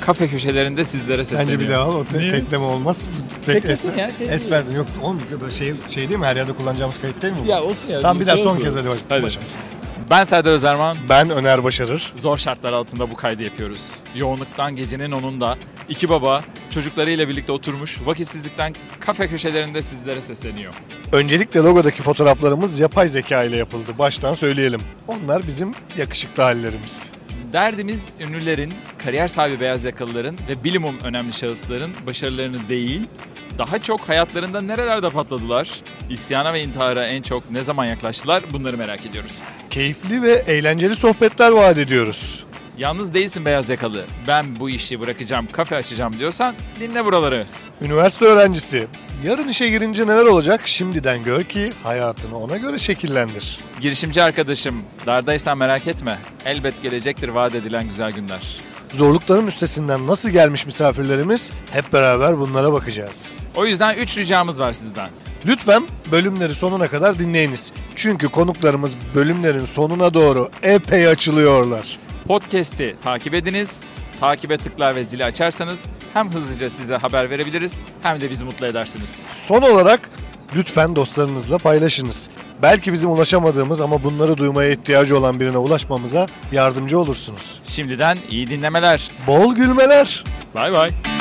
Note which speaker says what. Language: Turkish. Speaker 1: kafe köşelerinde sizlere sesleniyor.
Speaker 2: Bence bir daha al. O te-
Speaker 3: Niye?
Speaker 2: tekleme olmaz. Tek
Speaker 1: Teklesin
Speaker 2: es,
Speaker 1: ya, şey
Speaker 2: es
Speaker 1: değil.
Speaker 2: verdin. Yok oğlum şey, şey değil mi? Her yerde kullanacağımız kayıt değil mi? bu?
Speaker 1: Ya olsun ya.
Speaker 2: tamam bir daha
Speaker 1: şey
Speaker 2: son
Speaker 1: olsun.
Speaker 2: kez hadi baş-
Speaker 1: Hadi.
Speaker 2: başa.
Speaker 1: Ben Serdar Özerman.
Speaker 2: Ben Öner Başarır.
Speaker 1: Zor şartlar altında bu kaydı yapıyoruz. Yoğunluktan gecenin onunda iki baba çocuklarıyla birlikte oturmuş vakitsizlikten kafe köşelerinde sizlere sesleniyor.
Speaker 2: Öncelikle logodaki fotoğraflarımız yapay zeka ile yapıldı. Baştan söyleyelim. Onlar bizim yakışıklı hallerimiz.
Speaker 1: Derdimiz ünlülerin, kariyer sahibi beyaz yakalıların ve bilimum önemli şahısların başarılarını değil, daha çok hayatlarında nerelerde patladılar, isyana ve intihara en çok ne zaman yaklaştılar bunları merak ediyoruz.
Speaker 2: Keyifli ve eğlenceli sohbetler vaat ediyoruz.
Speaker 1: Yalnız değilsin beyaz yakalı, ben bu işi bırakacağım, kafe açacağım diyorsan dinle buraları.
Speaker 2: Üniversite öğrencisi. Yarın işe girince neler olacak? Şimdiden gör ki hayatını ona göre şekillendir.
Speaker 1: Girişimci arkadaşım, dardaysan merak etme, elbet gelecektir vaat edilen güzel günler.
Speaker 2: Zorlukların üstesinden nasıl gelmiş misafirlerimiz? Hep beraber bunlara bakacağız.
Speaker 1: O yüzden 3 ricamız var sizden.
Speaker 2: Lütfen bölümleri sonuna kadar dinleyiniz. Çünkü konuklarımız bölümlerin sonuna doğru epey açılıyorlar.
Speaker 1: Podcast'i takip ediniz. Takibe tıklar ve zili açarsanız hem hızlıca size haber verebiliriz hem de bizi mutlu edersiniz.
Speaker 2: Son olarak lütfen dostlarınızla paylaşınız. Belki bizim ulaşamadığımız ama bunları duymaya ihtiyacı olan birine ulaşmamıza yardımcı olursunuz.
Speaker 1: Şimdiden iyi dinlemeler.
Speaker 2: Bol gülmeler.
Speaker 1: Bay bay.